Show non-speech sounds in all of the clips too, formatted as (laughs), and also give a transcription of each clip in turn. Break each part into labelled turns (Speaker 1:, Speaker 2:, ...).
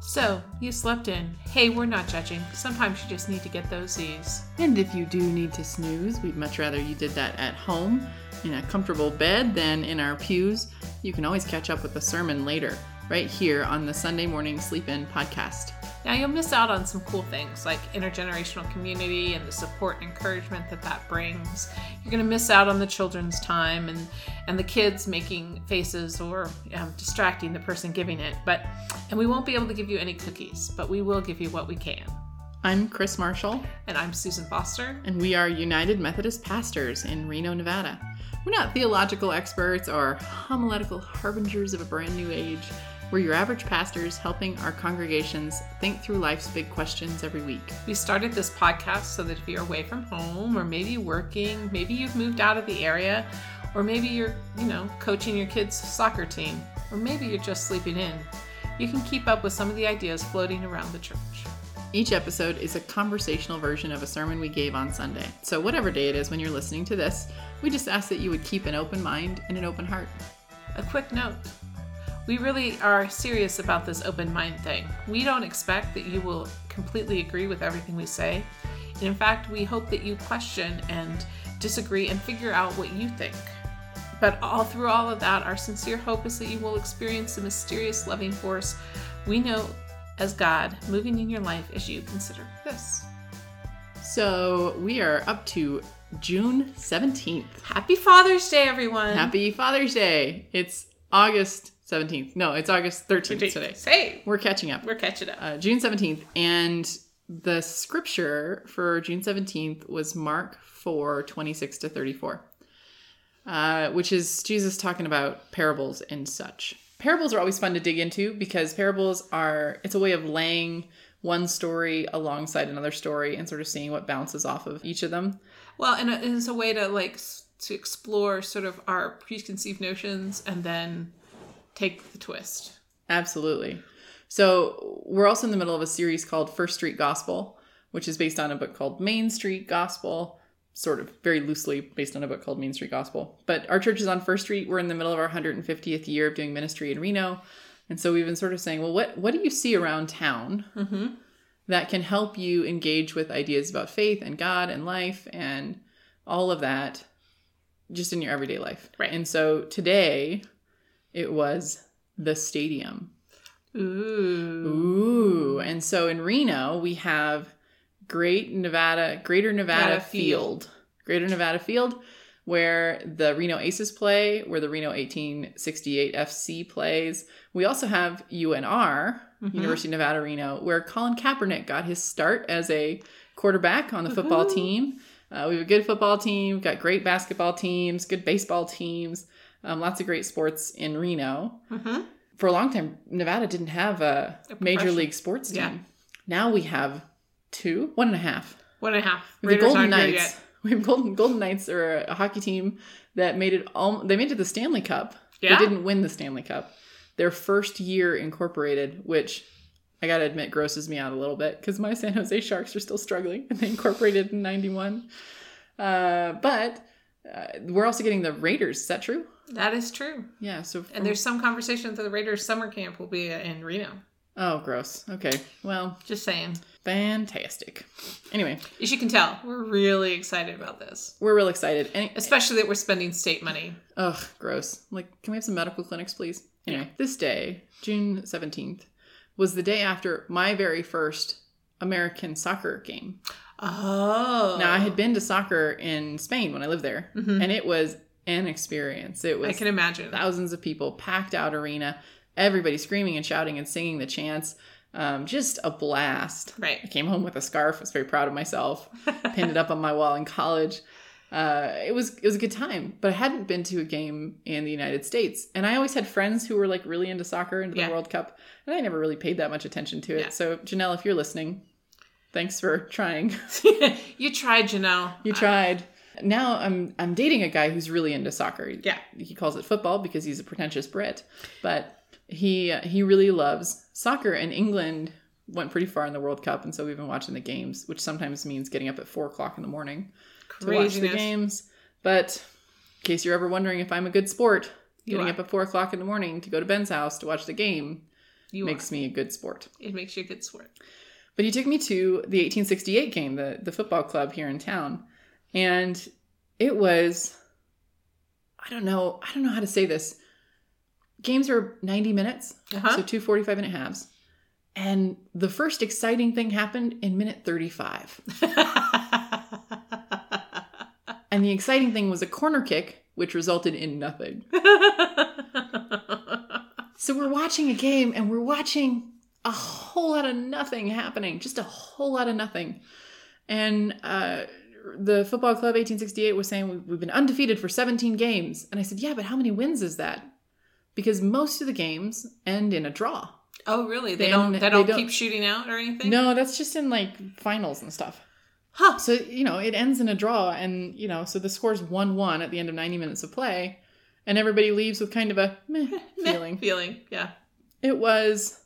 Speaker 1: So, you slept in. Hey, we're not judging. Sometimes you just need to get those Z's.
Speaker 2: And if you do need to snooze, we'd much rather you did that at home in a comfortable bed than in our pews. You can always catch up with the sermon later, right here on the Sunday Morning Sleep In podcast.
Speaker 1: Now, you'll miss out on some cool things like intergenerational community and the support and encouragement that that brings. You're going to miss out on the children's time and, and the kids making faces or um, distracting the person giving it. But and we won't be able to give you any cookies, but we will give you what we can.
Speaker 2: I'm Chris Marshall,
Speaker 1: And I'm Susan Foster.
Speaker 2: and we are United Methodist pastors in Reno, Nevada. We're not theological experts or homiletical harbingers of a brand new age. We're your average pastors helping our congregations think through life's big questions every week.
Speaker 1: We started this podcast so that if you're away from home or maybe working, maybe you've moved out of the area, or maybe you're, you know, coaching your kids' soccer team, or maybe you're just sleeping in, you can keep up with some of the ideas floating around the church.
Speaker 2: Each episode is a conversational version of a sermon we gave on Sunday. So, whatever day it is when you're listening to this, we just ask that you would keep an open mind and an open heart.
Speaker 1: A quick note. We really are serious about this open mind thing. We don't expect that you will completely agree with everything we say. And in fact, we hope that you question and disagree and figure out what you think. But all through all of that, our sincere hope is that you will experience the mysterious loving force we know as God moving in your life as you consider this.
Speaker 2: So, we are up to June 17th.
Speaker 1: Happy Father's Day, everyone!
Speaker 2: Happy Father's Day! It's August 17th. No, it's August 13th today.
Speaker 1: Hey,
Speaker 2: We're catching up.
Speaker 1: we're catching up.
Speaker 2: Uh, June 17th. And the scripture for June 17th was Mark 4 26 to 34, uh, which is Jesus talking about parables and such. Parables are always fun to dig into because parables are, it's a way of laying one story alongside another story and sort of seeing what bounces off of each of them.
Speaker 1: Well, and it- it's a way to like s- to explore sort of our preconceived notions and then take the twist.
Speaker 2: Absolutely. So we're also in the middle of a series called First Street Gospel, which is based on a book called Main Street Gospel, sort of very loosely based on a book called Main Street Gospel. But our church is on First Street. We're in the middle of our 150th year of doing ministry in Reno. And so we've been sort of saying, well, what, what do you see around town
Speaker 1: Mm-hmm.
Speaker 2: that can help you engage with ideas about faith and God and life and all of that just in your everyday life?
Speaker 1: Right.
Speaker 2: And so today it was the stadium.
Speaker 1: Ooh.
Speaker 2: Ooh, and so in Reno we have Great Nevada, Greater Nevada,
Speaker 1: Nevada Field.
Speaker 2: Field. Greater Nevada Field, where the Reno Aces play, where the Reno 1868 FC plays. We also have UNR,
Speaker 1: Mhm.
Speaker 2: University of Nevada Reno, where Colin Kaepernick got his start as a quarterback on the football
Speaker 1: Woohoo.
Speaker 2: team. Uh, we have a good football team, got great basketball teams, good baseball teams, um, lots of great sports in Reno
Speaker 1: Mm-hmm.
Speaker 2: for a long time, Nevada didn't have a,
Speaker 1: A
Speaker 2: major
Speaker 1: profession-
Speaker 2: league sports team.
Speaker 1: yeah.
Speaker 2: Now we have two, one and a half.
Speaker 1: One and a half.
Speaker 2: We have the
Speaker 1: Raiders
Speaker 2: Golden
Speaker 1: aren't here
Speaker 2: Knights.
Speaker 1: yet.
Speaker 2: (laughs) We have Golden Golden Knights are a hockey team that made it. All they made it to the Stanley Cup.
Speaker 1: Yeah?
Speaker 2: They didn't win the Stanley Cup. Their first year incorporated, which I gotta admit grosses me out a little bit because my (laughs) San Jose Sharks are still struggling, and they incorporated in '91. Uh, but uh, we're also getting the Raiders. Is that true?
Speaker 1: That is true.
Speaker 2: Yeah. So
Speaker 1: And there's some conversation that the Raiders summer camp will be in Reno.
Speaker 2: oh, gross. Okay. Well,
Speaker 1: Just saying.
Speaker 2: Fantastic. Anyway,
Speaker 1: As you can tell, we're really excited about this,
Speaker 2: we're real excited. Any,
Speaker 1: especially that we're spending state money.
Speaker 2: ugh, gross. Like, can we have some medical clinics, please? Anyway, this day, June 17th, was the day after my very first American soccer game.
Speaker 1: Oh.
Speaker 2: Now, I had been to soccer in Spain when I lived there,
Speaker 1: Mhm.
Speaker 2: and it was an experience. It
Speaker 1: I
Speaker 2: was
Speaker 1: can imagine.
Speaker 2: thousands of people, packed out arena, everybody screaming and shouting and singing the chants. Um, just a blast. I
Speaker 1: Right.
Speaker 2: came home with a scarf. I was very proud
Speaker 1: (laughs)
Speaker 2: of myself. Pinned it up on my wall in college. Uh, it was it was a good time, but I hadn't been to a game in the United States, and I always had friends who were like really into soccer, into the
Speaker 1: Yeah.
Speaker 2: World Cup, and I never really paid that much attention to it.
Speaker 1: Yeah.
Speaker 2: So Janelle, if you're listening, thanks for trying.
Speaker 1: (laughs)
Speaker 2: (laughs)
Speaker 1: you tried, Janelle.
Speaker 2: you tried. Now I'm I'm dating a guy who's really into soccer.
Speaker 1: Yeah.
Speaker 2: he calls it football because he's a pretentious Brit, but he he really loves soccer. And England went pretty far in the World Cup, and so we've been watching the games, which sometimes means getting up at four o'clock in the morning to watch
Speaker 1: Craziness.
Speaker 2: the games. But in case you're ever wondering if I'm a good sport,
Speaker 1: You
Speaker 2: getting
Speaker 1: are.
Speaker 2: up at four o'clock in the morning to go to Ben's house to watch the game
Speaker 1: You
Speaker 2: makes me a good sport.
Speaker 1: are. It makes you a good sport.
Speaker 2: But he took me to the 1868 game, the, the football club here in town. And it was, I don't know, I don't know how to say this. Games are 90 minutes,
Speaker 1: Uh-huh. (laughs)
Speaker 2: so two 45 minute halves. And the first exciting thing happened in minute 35. And the exciting thing was a corner kick, which resulted in nothing. So we're watching a game and we're watching a whole lot of nothing happening, just a whole lot of nothing. And uh, the football club 1868 was saying "We- we've been undefeated for 17 games, and I said, yeah, but how many wins is that? Because most of the games end in a draw.
Speaker 1: oh, really? They,
Speaker 2: They
Speaker 1: don't.
Speaker 2: don't-
Speaker 1: They don't
Speaker 2: they don't-
Speaker 1: keep shooting out or anything.
Speaker 2: No, that's just in like finals and stuff.
Speaker 1: Huh.
Speaker 2: So you know it ends in a draw, and you know so the score's one-one at the end of 90 minutes of play, and everybody leaves with kind of a meh
Speaker 1: Meh
Speaker 2: feeling.
Speaker 1: Feeling. Yeah.
Speaker 2: it was,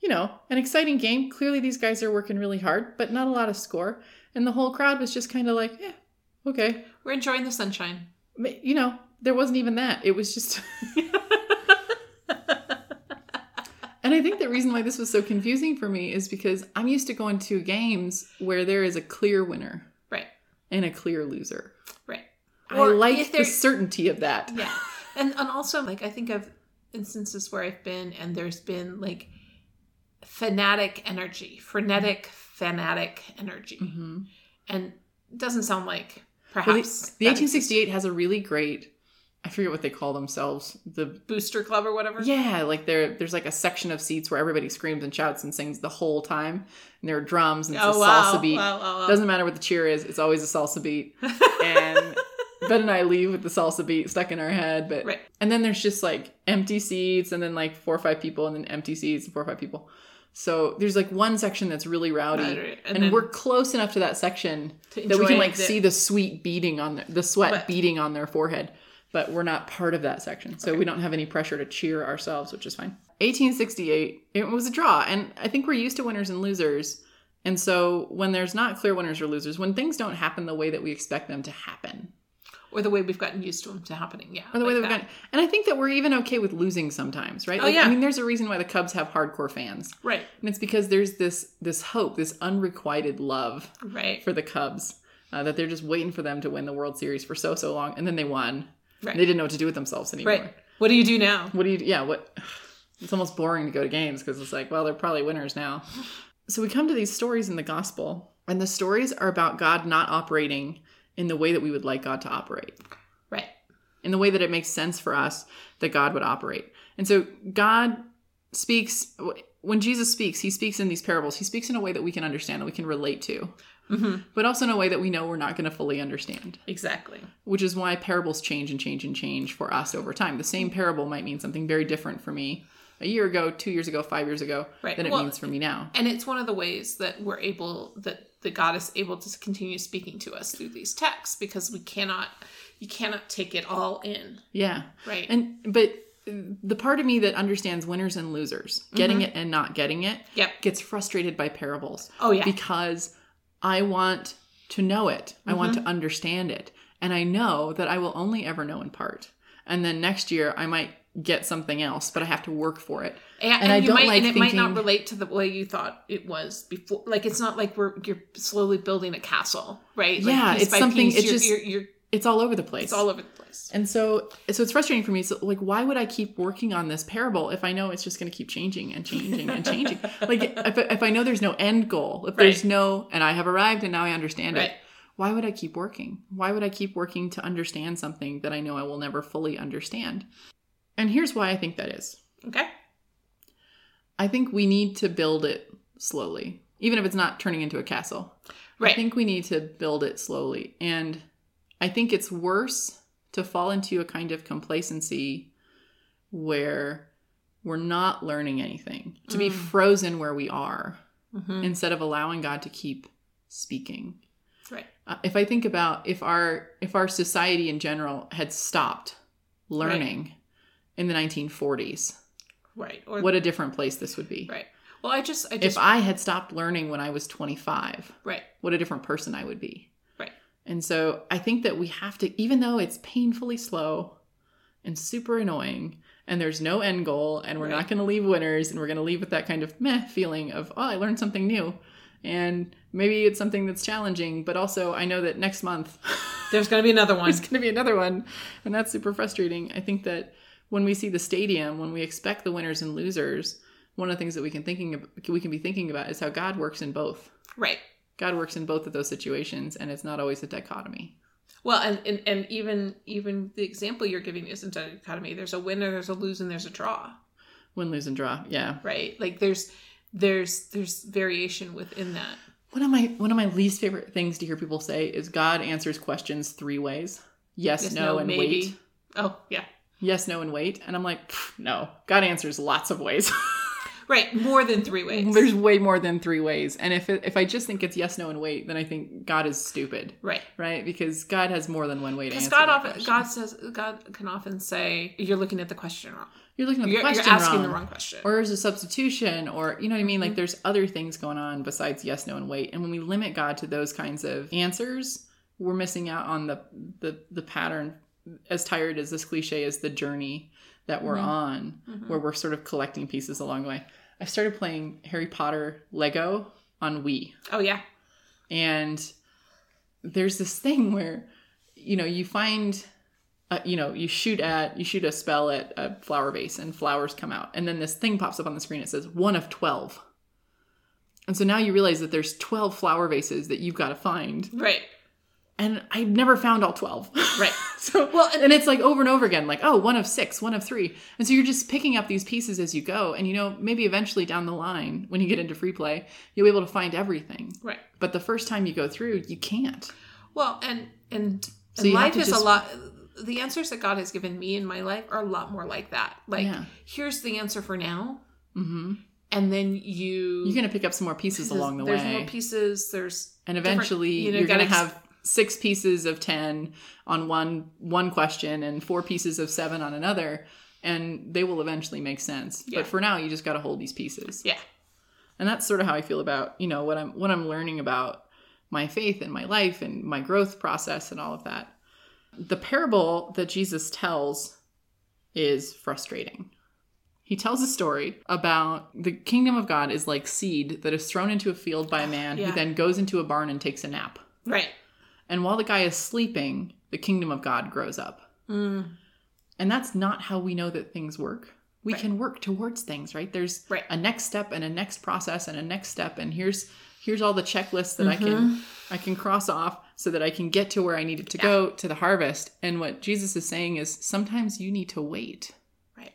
Speaker 2: you know, an exciting game. Clearly, these guys are working really hard, but not a lot of score. And the whole crowd was just kind of like, yeah, okay.
Speaker 1: We're enjoying the sunshine.
Speaker 2: But, you know, there wasn't even that. It was just. (laughs) and I think the reason why this was so confusing for me is because I'm used to going to games where there is a clear winner
Speaker 1: Right.
Speaker 2: and a clear loser.
Speaker 1: Right.
Speaker 2: I
Speaker 1: Or
Speaker 2: like
Speaker 1: if there-
Speaker 2: the certainty of that.
Speaker 1: (laughs) Yeah. And and also like I think of instances where I've been and there's been like fanatic energy, frenetic fanatic energy.
Speaker 2: hmm
Speaker 1: And it doesn't sound like perhaps
Speaker 2: Well, the, the
Speaker 1: that
Speaker 2: 1868 has a really great, I forget what they call themselves, the
Speaker 1: booster club or whatever.
Speaker 2: Yeah, like there, there's like a section of seats where everybody screams and shouts and sings the whole time, and there are drums and it's
Speaker 1: Oh
Speaker 2: a
Speaker 1: wow.
Speaker 2: salsa beat.
Speaker 1: wow, wow, wow.
Speaker 2: Doesn't matter what the cheer is, it's always a salsa beat.
Speaker 1: (laughs)
Speaker 2: And Ben and I leave with the salsa beat stuck in our head, but
Speaker 1: Right.
Speaker 2: and then there's just like empty seats, and then like four or five people, and then empty seats and four or five people. So there's like one section that's really rowdy,
Speaker 1: Right, right.
Speaker 2: and,
Speaker 1: then
Speaker 2: we're close enough to that section
Speaker 1: to
Speaker 2: that we can
Speaker 1: enjoy
Speaker 2: like
Speaker 1: the-
Speaker 2: see the sweat beating on their, the sweat
Speaker 1: But-
Speaker 2: beating on their forehead but we're not part of that section so
Speaker 1: Okay.
Speaker 2: we don't have any pressure to cheer ourselves which is fine 1868 it was a draw and i think we're used to winners and losers and so when there's not clear winners or losers when things don't happen the way that we expect them to happen
Speaker 1: or the way we've gotten used to them to happening. Yeah.
Speaker 2: or the way
Speaker 1: like
Speaker 2: that we've gotten and i think that we're even okay with losing sometimes right
Speaker 1: Oh,
Speaker 2: Like,
Speaker 1: yeah.
Speaker 2: i mean there's a reason why the cubs have hardcore fans
Speaker 1: Right.
Speaker 2: and it's because there's this this hope this unrequited love
Speaker 1: Right.
Speaker 2: for the Cubs. Uh, that they're just waiting for them to win the World Series for so so long, and then they won.
Speaker 1: Right.
Speaker 2: They didn't know what to do with themselves anymore.
Speaker 1: Right. What do you do now?
Speaker 2: What do you? Yeah. What? (sighs) It's almost boring to go to games because it's like, well, they're probably winners now. So we come to these stories in the gospel, and the stories are about God not operating in the way that we would like God to operate
Speaker 1: Right.
Speaker 2: in the way that it makes sense for us that God would operate. And so God speaks when Jesus speaks, he speaks in these parables. He speaks in a way that we can understand, that we can relate to,
Speaker 1: Mhm.
Speaker 2: but also in a way that we know we're not going to fully understand,
Speaker 1: Exactly.
Speaker 2: which is why parables change and change and change for us over time. The same parable might mean something very different for me a year ago, 2 years ago, 5 years ago
Speaker 1: Right.
Speaker 2: than it
Speaker 1: Well,
Speaker 2: means for me now.
Speaker 1: and it's one of the ways that we're able that that god is able to continue speaking to us through these texts because we cannot you cannot take it all in
Speaker 2: Yeah.
Speaker 1: right
Speaker 2: And but the part of me that understands winners and losers, getting
Speaker 1: Mm-hmm.
Speaker 2: it and not getting it,
Speaker 1: yep
Speaker 2: gets frustrated by parables.
Speaker 1: oh yeah
Speaker 2: because I want to know it. I want
Speaker 1: Mm-hmm.
Speaker 2: to understand it. And I know that I will only ever know in part. And then next year I might get something else, but I have to work for it.
Speaker 1: and,
Speaker 2: I
Speaker 1: you
Speaker 2: don't
Speaker 1: might
Speaker 2: like
Speaker 1: and it might not
Speaker 2: thinking-
Speaker 1: relate to the way you thought it was before like it's not like we're you're slowly building a castle right like
Speaker 2: Yeah, it's something- it's
Speaker 1: you're,
Speaker 2: just-
Speaker 1: you're, you're
Speaker 2: It's all over the place.
Speaker 1: it's all over the place
Speaker 2: and so so it's frustrating for me. So like why would I keep working on this parable if I know it's just going to keep changing and changing and
Speaker 1: (laughs)
Speaker 2: changing? like if, if I know there's no end goal, if there's
Speaker 1: Right.
Speaker 2: no and I have arrived and now I understand
Speaker 1: right
Speaker 2: it. Why would I keep working? Why would I keep working to understand something that I know I will never fully understand? And here's why I think that is.
Speaker 1: okay
Speaker 2: I think we need to build it slowly, even if it's not turning into a castle. I
Speaker 1: Right.
Speaker 2: think we need to build it slowly. And I think it's worse to fall into a kind of complacency where we're not learning anything, to be
Speaker 1: Mm.
Speaker 2: frozen where we are
Speaker 1: Mhm.
Speaker 2: instead of allowing God to keep speaking.
Speaker 1: right
Speaker 2: Uh, if I think about if our if our society in general had stopped learning in the 1940s,
Speaker 1: right or
Speaker 2: what a different place this would be.
Speaker 1: right well i just i
Speaker 2: If
Speaker 1: just
Speaker 2: I had stopped learning when I was 25,
Speaker 1: right
Speaker 2: what a different person I would be.
Speaker 1: Right.
Speaker 2: And so I think that we have to, even though it's painfully slow and super annoying and there's no end goal and we're
Speaker 1: Right.
Speaker 2: not going to leave winners and we're going to leave with that kind of meh feeling of oh i learned something new and maybe it's something that's challenging but also i know that next month (laughs)
Speaker 1: There's going to be another one.
Speaker 2: there's going to be another one and that's super frustrating i think that when we see the stadium when we expect the winners and losers one of the things that we can thinking ab- we can be thinking about is how god works in both
Speaker 1: Right.
Speaker 2: god works in both of those situations and it's not always a dichotomy
Speaker 1: Well, and, and, and even even the example you're giving isn't a dichotomy. There's a winner, there's a lose, and there's a draw.
Speaker 2: win lose and draw yeah
Speaker 1: Right. Like there's there's there's variation within that.
Speaker 2: One of my one of my least favorite things to hear people say is God answers questions three ways: yes,
Speaker 1: Yes,
Speaker 2: no,
Speaker 1: no,
Speaker 2: and
Speaker 1: maybe.
Speaker 2: wait.
Speaker 1: Oh yeah.
Speaker 2: Yes, no, and wait. And I'm like, "Pfft, no, God answers lots of ways.
Speaker 1: Right. More than three ways.
Speaker 2: (laughs) There's way more than three ways. And if it, if I just think it's yes, no, and wait, then I think God is stupid,
Speaker 1: right.
Speaker 2: right? Because God has more than one way to
Speaker 1: Because
Speaker 2: answer.
Speaker 1: God
Speaker 2: that
Speaker 1: often
Speaker 2: question.
Speaker 1: God says God can often say you're looking at the question wrong.
Speaker 2: you're looking at the
Speaker 1: You're, you're
Speaker 2: question
Speaker 1: asking
Speaker 2: wrong.
Speaker 1: the wrong question.
Speaker 2: Or there's a substitution, or you know what I mean? Like
Speaker 1: Mhm.
Speaker 2: there's other things going on besides yes, no, and wait. And when we limit God to those kinds of answers, we're missing out on the the, the pattern. As tired as this cliche is, the journey that we're
Speaker 1: Mhm.
Speaker 2: on,
Speaker 1: Mhm.
Speaker 2: where we're sort of collecting pieces along the way. I started playing Harry Potter Lego on Wii,
Speaker 1: oh yeah.
Speaker 2: and there's this thing (laughs) where you know you find uh, you know you shoot at you shoot a spell at a flower vase and flowers come out and then this thing pops up on the screen it says one of 12 and so now you realize that there's 12 flower vases that you've got to find
Speaker 1: Right.
Speaker 2: and i never found all (laughs) 12
Speaker 1: Right.
Speaker 2: so well and, and it's like over and over again like oh one of six one of three and so you're just picking up these pieces as you go and you know maybe eventually down the line when you get into free play you'll be able to find everything
Speaker 1: Right.
Speaker 2: but the first time you go through, you can't.
Speaker 1: Well, and and,
Speaker 2: So
Speaker 1: and
Speaker 2: you have
Speaker 1: life
Speaker 2: to
Speaker 1: is
Speaker 2: just-
Speaker 1: a lot. The answers that God has given me in my life are a lot more like that. Like
Speaker 2: Yeah.
Speaker 1: here's the answer for now,
Speaker 2: Mm-hmm.
Speaker 1: and then you
Speaker 2: You're going to pick up some more pieces along the
Speaker 1: there's
Speaker 2: way,
Speaker 1: more pieces. There's
Speaker 2: and
Speaker 1: different-
Speaker 2: eventually
Speaker 1: you know,
Speaker 2: you're
Speaker 1: gotta
Speaker 2: going to have six pieces of ten on one one question, and four pieces of seven on another, and they will eventually make sense.
Speaker 1: Yeah.
Speaker 2: But for now, you just got to hold these pieces.
Speaker 1: Yeah.
Speaker 2: and that's sort of how I feel about you know what I'm what I'm learning about my faith and my life and my growth process and all of that. The parable that Jesus tells is frustrating. He tells a story about the kingdom of God is like seed that is thrown into a field by a man
Speaker 1: Yeah.
Speaker 2: who then goes into a barn and takes a nap.
Speaker 1: Right.
Speaker 2: And while the guy is sleeping, the kingdom of God grows up.
Speaker 1: Mm,
Speaker 2: And that's not how we know that things work. We
Speaker 1: Right.
Speaker 2: can work towards things, right? There's
Speaker 1: right.
Speaker 2: a next step and a next process and a next step and here's here's all the checklists that I can
Speaker 1: Mhm.
Speaker 2: I can cross off so that I can get to where I needed to go to the harvest. And what Jesus is saying is sometimes you need to wait.
Speaker 1: Right.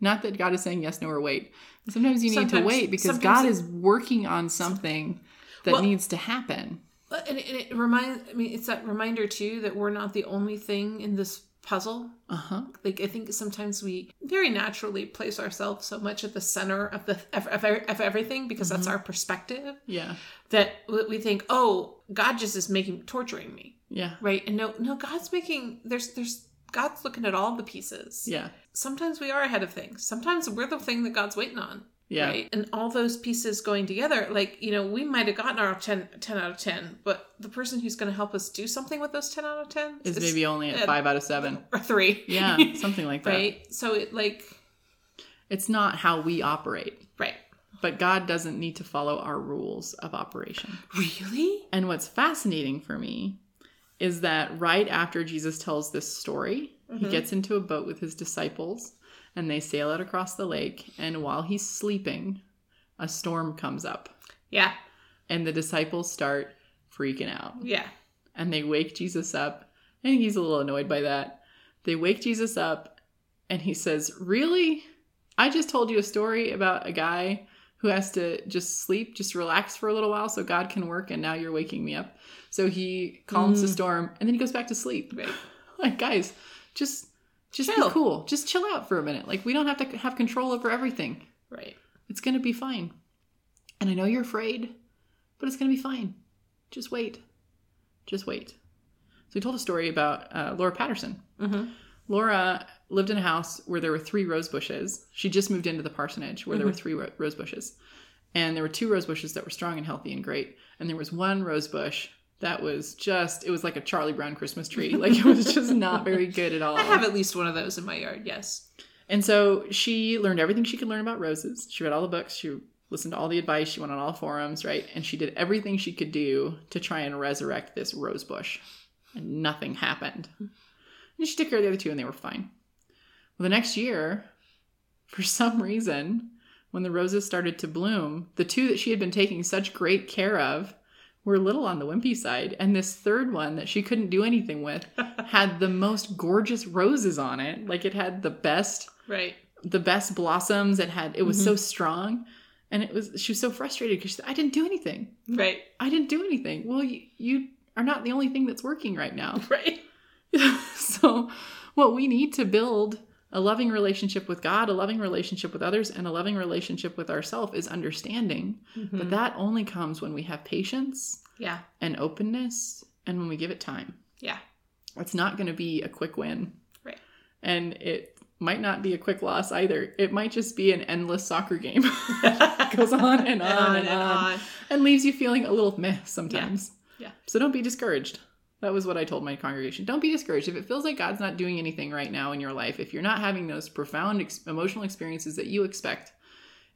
Speaker 2: Not that God is saying yes, no, or wait. Sometimes you need
Speaker 1: Sometimes-
Speaker 2: to wait because
Speaker 1: sometimes
Speaker 2: God
Speaker 1: it-
Speaker 2: is working on something that
Speaker 1: Well-
Speaker 2: needs to happen.
Speaker 1: Well, And, and it reminds. I mean, it's that reminder too that we're not the only thing in this puzzle.
Speaker 2: Uh huh.
Speaker 1: Like I think sometimes we very naturally place ourselves so much at the center of the of, of, of everything because that's our
Speaker 2: Mm-hmm.
Speaker 1: perspective
Speaker 2: Yeah.
Speaker 1: that we we think, oh, God just is making torturing me,
Speaker 2: Yeah.
Speaker 1: right? And no, no, God's making there's there's God's looking at all the pieces.
Speaker 2: Yeah.
Speaker 1: Sometimes we are ahead of things. Sometimes we're the thing that God's waiting on.
Speaker 2: Yeah.
Speaker 1: Right. And all those pieces going together, like, you know, we might have gotten our 10, 10 out of 10, but the person who's going to help us do something with those 10 out of 10
Speaker 2: Is
Speaker 1: (laughs)
Speaker 2: maybe only at
Speaker 1: uh,
Speaker 2: five out of seven.
Speaker 1: (laughs) or three.
Speaker 2: Yeah. Something like that.
Speaker 1: right. So it, like,
Speaker 2: It's not how we operate,
Speaker 1: right.
Speaker 2: but God doesn't need to follow our rules of operation.
Speaker 1: Really?
Speaker 2: And what's fascinating for me is that right after Jesus tells this story, he
Speaker 1: Mhm.
Speaker 2: gets into a boat with his disciples and they sail out across the lake. And while he's sleeping, a storm comes up
Speaker 1: Yeah.
Speaker 2: and the disciples start freaking out
Speaker 1: Yeah.
Speaker 2: and they wake Jesus up. I think he's a little annoyed by that. They wake Jesus up and he says, Really? I just told you a story about a guy who has to just sleep, just relax for a little while so God can work, and now you're waking me up. So he calms the
Speaker 1: Mm.
Speaker 2: storm and then he goes back to sleep.
Speaker 1: Right.
Speaker 2: (laughs) Like, guys, just just
Speaker 1: Chill.
Speaker 2: be cool. Just chill out for a minute. Like we don't have to have control over everything.
Speaker 1: Right.
Speaker 2: It's gonna be fine. And I know you're afraid, but it's gonna be fine. Just wait. Just wait. So he told a story about uh, Laura Patterson.
Speaker 1: Mm-hmm.
Speaker 2: Laura lived in a house where there were three rose bushes. She just moved into the parsonage where there
Speaker 1: Mm-hmm.
Speaker 2: were three ro- rose bushes. And there were two rose bushes that were strong and healthy and great. And there was one rose bush that was just it was like a Charlie Brown Christmas tree. Like it was just not very good at all.
Speaker 1: (laughs) I have at least one of those in my yard, yes.
Speaker 2: And so she learned everything she could learn about roses. She read all the books, she listened to all the advice, she went on all forums, right? And she did everything she could do to try and resurrect this rose bush. And nothing happened. And she took care of the other two and they were fine. Well, the next year, for (laughs) some reason, when the roses started to bloom, the two that she had been taking such great care of were a little on the wimpy side. And this third one that she couldn't do anything with had the most gorgeous roses on it. Like it had the best
Speaker 1: Right.
Speaker 2: the best blossoms. It had it was so strong, and it was she was so frustrated because she said, "I didn't do anything.
Speaker 1: Right.
Speaker 2: I didn't do anything." Well, you, you are not the only thing that's working
Speaker 1: (laughs)
Speaker 2: right now. (laughs)
Speaker 1: Right.
Speaker 2: so, what we need to build a loving relationship with God, a loving relationship with others, and a loving relationship with ourselves is understanding. But
Speaker 1: (laughs) Mhm.
Speaker 2: that only comes when we have patience
Speaker 1: yeah.
Speaker 2: and openness, and when we give it time.
Speaker 1: Yeah.
Speaker 2: It's not going to be a quick win.
Speaker 1: Right.
Speaker 2: And it might not be a quick loss either. It might just be an endless soccer game. (laughs) Goes
Speaker 1: (laughs)
Speaker 2: on and on and on. and leaves you feeling a little meh sometimes.
Speaker 1: Yeah. Yeah.
Speaker 2: So don't be discouraged. That was what I told my congregation. Don't be discouraged. If it feels like God's not doing anything right now in your life, if you're not having those profound ex- emotional experiences that you expect,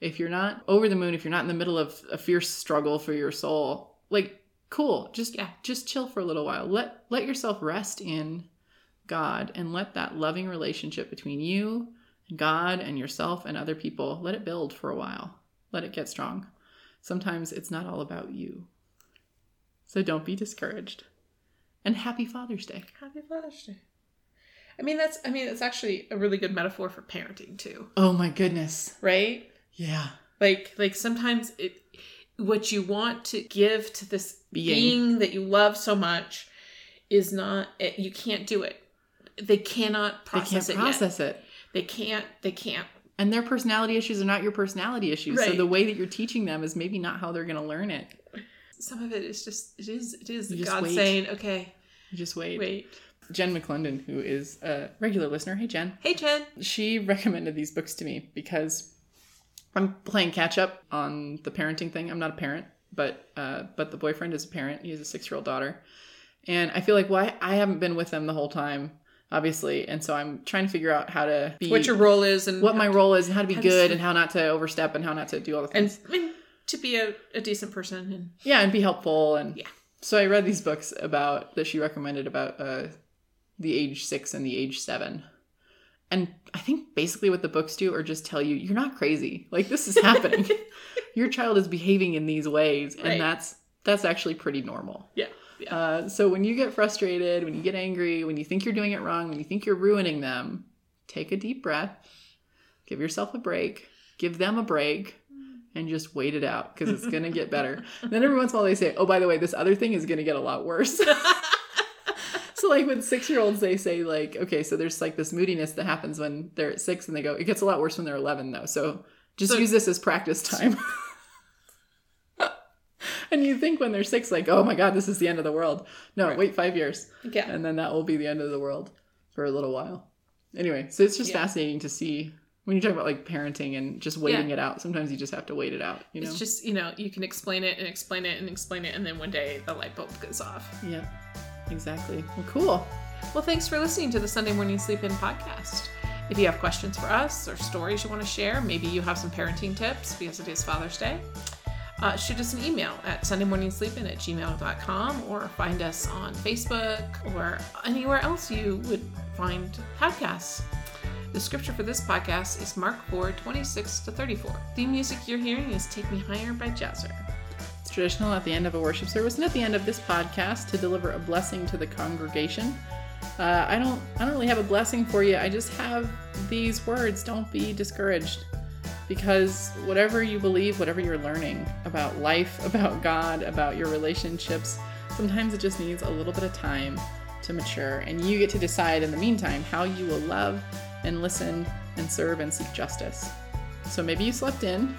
Speaker 2: if you're not over the moon, if you're not in the middle of a fierce struggle for your soul, like cool, just
Speaker 1: Yeah.
Speaker 2: just chill for a little while. Let let yourself rest in God and let that loving relationship between you, God and yourself and other people, let it build for a while. Let it get strong. Sometimes it's not all about you. So don't be discouraged. And happy Father's Day.
Speaker 1: Happy Father's Day. I mean, that's. I mean, it's actually a really good metaphor for parenting too,
Speaker 2: Oh my goodness.
Speaker 1: right?
Speaker 2: Yeah.
Speaker 1: Like, like sometimes it, what you want to give to this
Speaker 2: Being.
Speaker 1: being that you love so much, is not. It, you can't do it. They cannot process
Speaker 2: they can't
Speaker 1: it. yet.
Speaker 2: process it.
Speaker 1: They can't. They can't.
Speaker 2: And their personality issues are not your personality issues. So
Speaker 1: Right.
Speaker 2: the way that you're teaching them is maybe not how they're going to learn it.
Speaker 1: Some of it is just. It is. It is
Speaker 2: You just
Speaker 1: God
Speaker 2: wait.
Speaker 1: saying, "Okay,
Speaker 2: You just wait.
Speaker 1: wait."
Speaker 2: Jen McClendon, who is a regular listener. Hey, Jen.
Speaker 1: Hey, Jen.
Speaker 2: She recommended these books to me because I'm playing catch up on the parenting thing. I'm not a parent, but uh, but the boyfriend is a parent. He has a six year old daughter, and I feel like why I haven't been with them the whole time, obviously, and so I'm trying to figure out how to be
Speaker 1: What your role is and
Speaker 2: what my role is and how to be
Speaker 1: how to
Speaker 2: good
Speaker 1: see-
Speaker 2: and how not to overstep and how not to do all the things
Speaker 1: and, and to be a, a decent person and
Speaker 2: yeah and be helpful and
Speaker 1: Yeah.
Speaker 2: so i read these books about that she recommended about uh the age six and the age seven and i think basically what the books do are just tell you you're not crazy like this is
Speaker 1: (laughs)
Speaker 2: (laughs) happening your child is behaving in these ways and
Speaker 1: Right.
Speaker 2: that's that's actually pretty normal
Speaker 1: Yeah, yeah.
Speaker 2: uh, so when you get frustrated when you get angry when you think you're doing it wrong when you think you're ruining them take a deep breath give yourself a break give them a break and just wait it out because it's going to
Speaker 1: (laughs)
Speaker 2: get better. And then every once in a while they say, oh, by the way, this other thing is going to get a lot worse. so, like with six year olds, they say, like, okay, so there's like this moodiness that happens when they're at six and they go, it gets a lot worse when they're 11, though. So just
Speaker 1: So-
Speaker 2: use this as practice time. (laughs) and you think when they're six, like, oh my God, this is the end of the world. No,
Speaker 1: Right.
Speaker 2: wait five years
Speaker 1: yeah
Speaker 2: and then that will be the end of the world for a little while. Anyway, so it's just
Speaker 1: Yeah.
Speaker 2: fascinating to see when you talk about like parenting and just waiting it out. Sometimes you just have to wait it out, you know.
Speaker 1: it's just you know you can explain it and explain it and explain it and then one day the light bulb goes off
Speaker 2: yeah, exactly. Well, cool.
Speaker 1: well thanks for listening to the sunday morning sleep in podcast if you have questions for us or stories you want to share maybe you have some parenting tips because it is father's day uh, shoot us an email at sundaymorningsleepin at gmail.com or find us on facebook or anywhere else you would find podcasts The scripture for this podcast is Mark 4, 26 to 34. The music you're hearing is Take Me Higher by Jazzer.
Speaker 2: It's traditional at the end of a worship service and at the end of this podcast to deliver a blessing to the congregation. Uh, I don't, I don't really have a blessing for you. I just have these words. Don't be discouraged, because whatever you believe, whatever you're learning about life, (laughs) about God, about your relationships, sometimes it just needs a little bit of time to mature. And you get to decide in the meantime how you will love and listen and serve and seek justice. So maybe you slept in,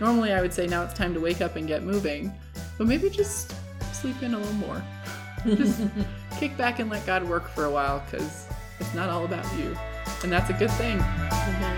Speaker 2: Normally, I would say now it's time to wake up and get moving, but maybe just sleep in a little more. just kick back and let God work for a while because it's not all about you. And that's a good thing.
Speaker 1: Amen.